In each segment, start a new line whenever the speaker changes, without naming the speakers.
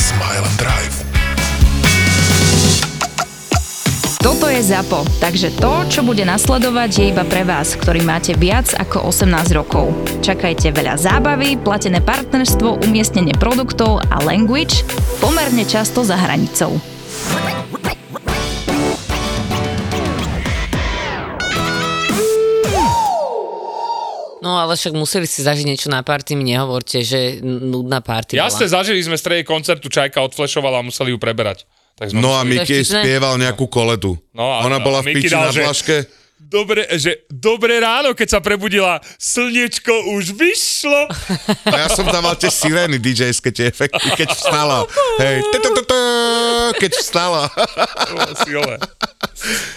Smile and Drive.
Toto je ZAPO, takže to, čo bude nasledovať, je iba pre vás, ktorý máte viac ako 18 rokov. Čakajte veľa zábavy, platené partnerstvo, umiestnenie produktov a language pomerne často za hranicou.
No ale však museli si zažiť niečo na party, mi nehovorte, že n- nudná party
Jasne,
bola.
zažili sme strede koncertu, Čajka odflešovala a museli ju preberať. Tak sme
No a
museli-
Miky
vtipné?
spieval nejakú koledu.
No a-
Ona
a
bola v
Miky
piči
dal,
na
že-
dlažke.
Dobre, že dobré ráno, keď sa prebudila, slnečko už vyšlo.
A ja som tam mal tie sirény DJ-ské, tie efekty, keď vstala. Hej, tetetetetá, keď vstala.
To bolo silné.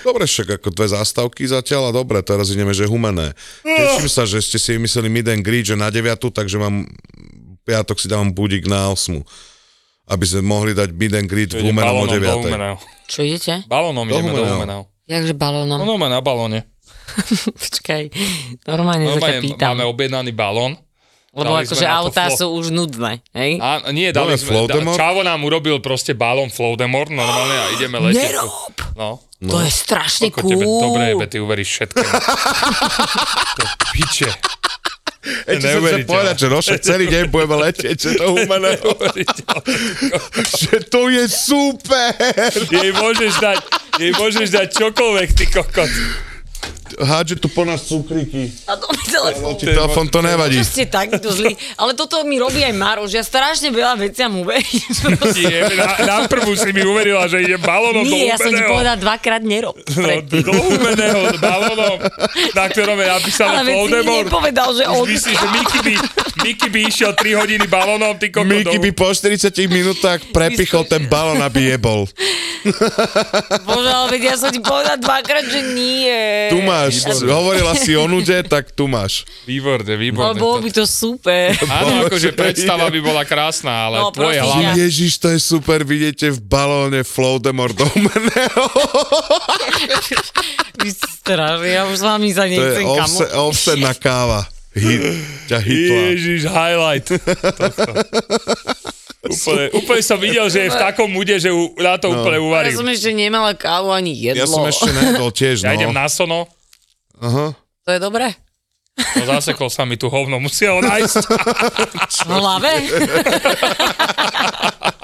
Dobre, však ako dve zástavky zatiaľ a dobre, teraz ideme, že humené. Teším sa, že ste si vymysleli mid and greet, že na 9, takže mám piatok si dávam budík na 8 aby sme mohli dať mid and greet v Humenom o
Balónom do
9.
Humeného.
Čo idete?
Balónom
Do
ideme do
Humeného.
Humeného.
Jakže
No,
balónom?
no, na balóne.
Počkaj, normálne sa ťa
Normálne
pýtam.
máme objednaný balón.
Lebo
dali
akože
sme na to
autá
flo-
sú už nudné, hej?
A, nie, dali
Dobre,
sme, da,
Floudemort?
Čavo nám urobil proste balón Floudemort normálne a ideme letieť.
Nerob!
No.
To je strašne
Ako tebe,
cool.
dobre jebe, ty uveríš všetkému. to piče.
Ešte som chcel
Neuveriteľné.
povedať, že Rošo celý deň budeme letieť, že to Humeného, že to je super.
jej môžeš dať, jej môžeš dať čokoľvek, ty kokot.
Hádže tu po nás cukríky.
A to mi telefón.
Ti telefon to nevadí.
Čo ste takto zlí? Ale toto mi robí aj Maroš. Ja strašne veľa veciam uverím.
Je, na, na prvú si mi uverila, že ide balónom do
Nie, ja som ti
humeného.
povedal dvakrát nerob.
No,
Predtým.
do humeného s balónom, na ktorom je napísané
Ale veď si mi
Voldemort.
nepovedal, že on...
Už myslíš, že Mickey by, Mickey by išiel 3 hodiny balónom, ty kokot.
Miky by po 40 minútach prepichol ten balón, aby jebol.
Bože, ale veď ja som ti povedal dvakrát, že nie.
Tu máš, hovorila si o nude, tak tu máš.
Výborné,
Ale
výborné.
bolo by to super.
Áno, akože
Bože,
predstava by bola krásna, ale
No,
tvoje
prosím
hlavy.
ťa.
Ježiš, to je super, vidíte v balóne Floudemort do mného.
Vy ste strašní, ja už s vami sa
To je
nechcem kamo.
ovse- ovsená káva. Hit, ťa hitla.
Ježiš, highlight. Tohto. úplne, úplne som videl, že je v takom úde, že ju na to úplne
Ja
uvarím.
som ešte nemala kávu ani jedlo.
Ja som ešte nejedol tiež,
no. Ja idem
no.
na sono,
To je dobré?
no zasekol sa mi tu hovno, musia ho nájsť.
V hlave?
No.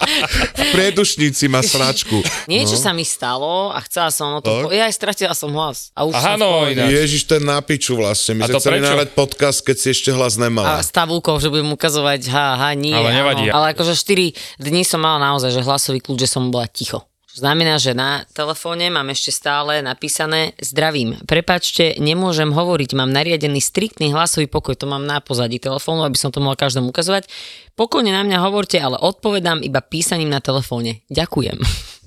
V priedušnici má sračku. No.
Niečo sa mi stalo a chcela som o to...
Tak.
Po- ja aj stratila som hlas. A už
Aha,
som v
no,
pohode.
ináč.
Ježiš, ten na piču vlastne. My
A
sme
to
chceli
prečo?
nahrať podcast, keď si ešte hlas
A
nemala.
s tabulkou, že budem ukazovať, ha, ha, nie.
Ale nevadí.
Áno. Ale akože 4 dní som mala naozaj, že hlasový kľúč, že som bola ticho. Čo Znamená, že na telefóne mám ešte stále napísané zdravím. Prepačte, nemôžem hovoriť, mám nariadený striktný hlasový pokoj, to mám na pozadí telefónu, aby som to mohla každému ukazovať. Pokojne na mňa hovorte, ale odpovedám iba písaním na telefóne. Ďakujem.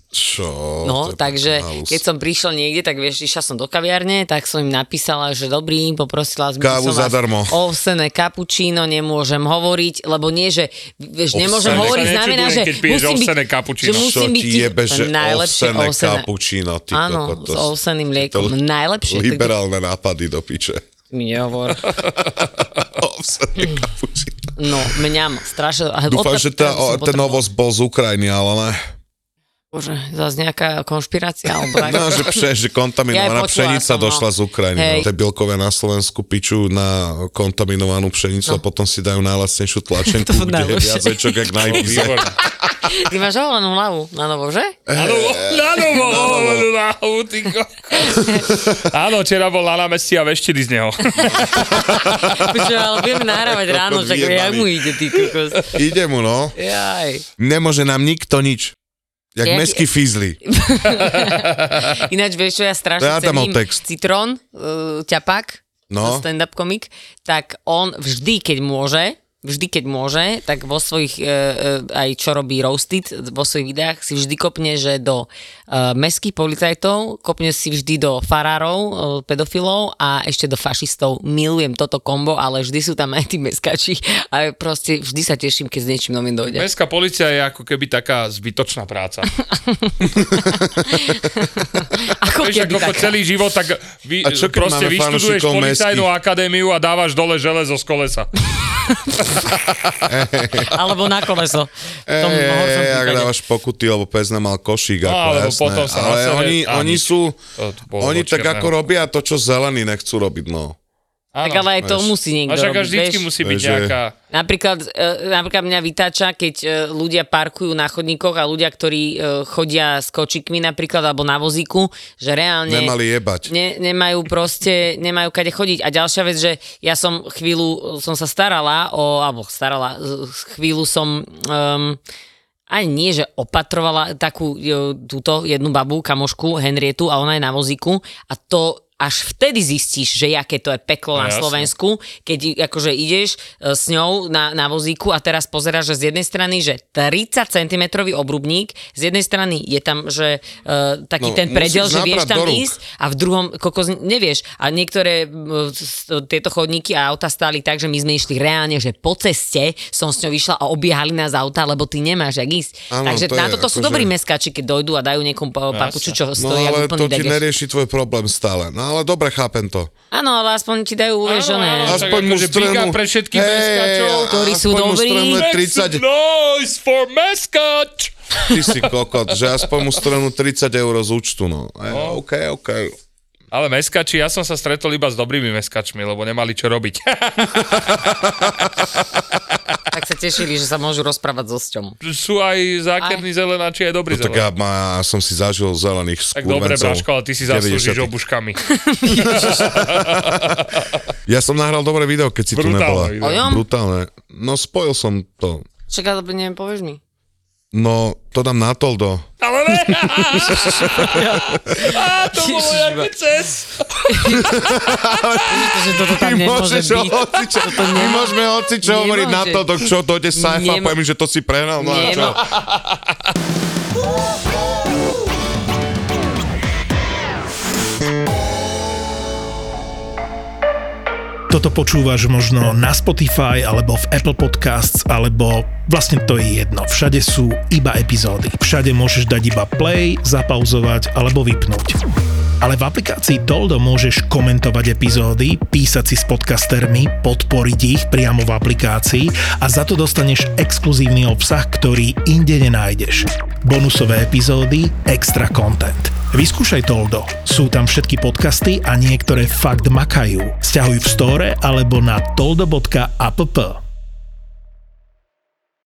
Čo?
No,
To je
takže
taká halus.
keď som prišla niekde, tak vieš, išla som do kaviarne, tak som im napísala, že dobrý, poprosila som
Kávu
som vás
zadarmo.
o ovsené kapučíno, nemôžem hovoriť, lebo nie, že vieš, nemôžem
Ovsené
hovoriť,
sa
znamená,
nečudujem,
že
keď piješ
musím
ovsené
byť,
kapučíno.
že
Čo
musím byť
ti
ticho.
jebe, že
najlepšie
ovsené
ovsené.
kapučíno, ty
Áno,
kokot, to
s
s-
ovseným
to
mliekom,
li-
najlepšie. Tak-
Liberálne nápady do piče.
Mi nehovor. Mm.
ovsené kapučíno.
No, mňam, strašne. a
Dúfam,
odkiaľ
že tá,
som
o, ten
potrebovala-
ovoz bol z Ukrajiny, ale ne.
Bože, zase nejaká konšpirácia, alebo tak.
No, že, pše,
Ja
že kontaminovaná
aj počula
pšenica
som, no.
došla z Ukrajiny.
Hej.
No. Tie bielkové na Slovensku pičujú na kontaminovanú pšenicu a potom si dajú najlasnejšiu tlačenku,
No. To
kde je
najlepšie.
viac večok, jak na Ibize.
Výborné.
Ty máš ovolenú hlavu na novo, že?
Eh,
Áno, na novo,
No,
hovoru na hlavu, ty kokos. Áno, včera bol na námestí a veštili z neho.
Počuva, ale budeme nahrávať
Kokot
ráno, tak jak
vyjebaný.
mu ide, ty kokos.
Ide mu, no.
Jaj.
Nemôže nám nikto nič. Jak
Jak-
meský fízli.
Ináč, vieš čo, ja strašne
Ja tam mám
cením
text.
Citron, uh, ťapak,
No.
stand-up komik, tak on vždy, keď môže, vždy, keď môže, tak vo svojich, e, e, aj čo robí Roasted, vo svojich videách si vždy kopne, že do uh, mestských policajtov, kopne si vždy do farárov, uh, pedofilov a ešte do fašistov. Milujem toto kombo, ale vždy sú tam aj tí meskači a proste vždy sa teším, keď s niečím novým dojde.
Mestská policia je ako keby taká zbytočná práca.
Ako
Vieš,
keby
ako
taká.
celý život, tak vy,
A čo keď
proste
máme
vyštuduješ
fanúšikov
policajnú akadémiu a dávaš dole železo z kolesa.
Alebo na koleso. V tom
Ej,
horšom
ak
prípade.
dávaš pokuty, lebo pes nám mal košík,
No,
ako
alebo
jasné.
potom sa
ale
nasere
oni,
a
oni
nič.
sú,
To bolo
oni
do
tak
čierneho.
ako robia to, čo zelení nechcú robiť, no.
Áno.
Tak ale aj to
vieš.
musí
A
niekto
však
robiť,
vždycky
vieš.
musí byť
Vieš, že-
nejaká...
Napríklad, e, napríklad mňa vytáča, keď e, ľudia parkujú na chodníkoch a ľudia, ktorí e, chodia s kočikmi napríklad alebo na vozíku, že reálne...
Nemali jebať.
Ne, nemajú proste, nemajú kade chodiť. A ďalšia vec, že ja som chvíľu, e, som sa starala o, alebo starala, e, chvíľu som... Um, ani nie, že opatrovala takú e, túto jednu babu, kamošku, Henrietu a ona je na vozíku a to až vtedy zistíš, že aké to je peklo
No
na
jasne.
Slovensku, keď i- akože ideš e, s ňou na, na vozíku a teraz pozeráš, že z jednej strany, že 30 cm obrubník, z jednej strany je tam, že e, taký
No,
ten predel,
musíš
že vieš
nabrať do
tam
rúk.
ísť a v druhom, kokos, nevieš. A niektoré m, s- tieto chodníky a auta stáli tak, že my sme išli reálne, že po ceste som s ňou išla a obiehali nás auta, lebo ty nemáš jak ísť.
Áno,
Takže
to
na
je
toto sú
akože-
dobrí meskači, keď dojdú a dajú niekomu pa- papuču, čo
No
stojí
ale
ako úplný
to ti
dedes.
nerieši tvoj problém stále. No ale dobre, chápem to.
Áno, ale aspoň ti dajú, vieš,
Áno,
oné.
áno,
Aspoň-
Aspoň
Tak
mu
akože biga
strelnú...
pre všetkých meskačov,
ktorí sú
aspoň mu
dobrí.
strelnú
Make some
30...
noise for meskač!
Ty si kokot, že aspoň mu stranu 30 eur z účtu, no. E, OK, OK.
Ale meskači, ja som sa stretol iba s dobrými meskačmi, lebo nemali čo robiť.
tak sa tešili, že sa môžu rozprávať so Sťom.
Sú aj zákerní zelenáči, aj dobrí
No, Tak
zelenáči.
ja, ma, som si zažil zelených
Tak dobre,
skurvencov.
Braško, ale ty si zaslúžiš
90.
obuškami.
Ja som nahral dobré video, keď si tu
Brutálne
nebola.
video.
O ňom?
Brutálne. No spojil som to.
Čak, ale neviem, povieš mi.
No, to dám na toldo.
Ale ne! Á, to bolo
Ježiš,
ako cez.
Že toto tam
Ty
nemôže
môžeš
byť.
hocičo, my môžeme hocičo
nemôže.
hovoriť na to, dok čo dojde sajfa a
Nemo-
poviem, že to si prehnal, no a čo?
Nemo-
Toto počúvaš možno na Spotify alebo v Apple Podcasts alebo vlastne to je jedno. Všade sú iba epizódy. Všade môžeš dať iba play, zapauzovať alebo vypnúť. Ale v aplikácii Toldo môžeš komentovať epizódy, písať si s podcastermi, podporiť ich priamo v aplikácii a za to dostaneš exkluzívny obsah, ktorý inde nenájdeš. Bonusové epizódy, extra content. Vyskúšaj Toldo. Sú tam všetky podcasty a niektoré fakt makajú. Sťahuj v store alebo na toldo.app.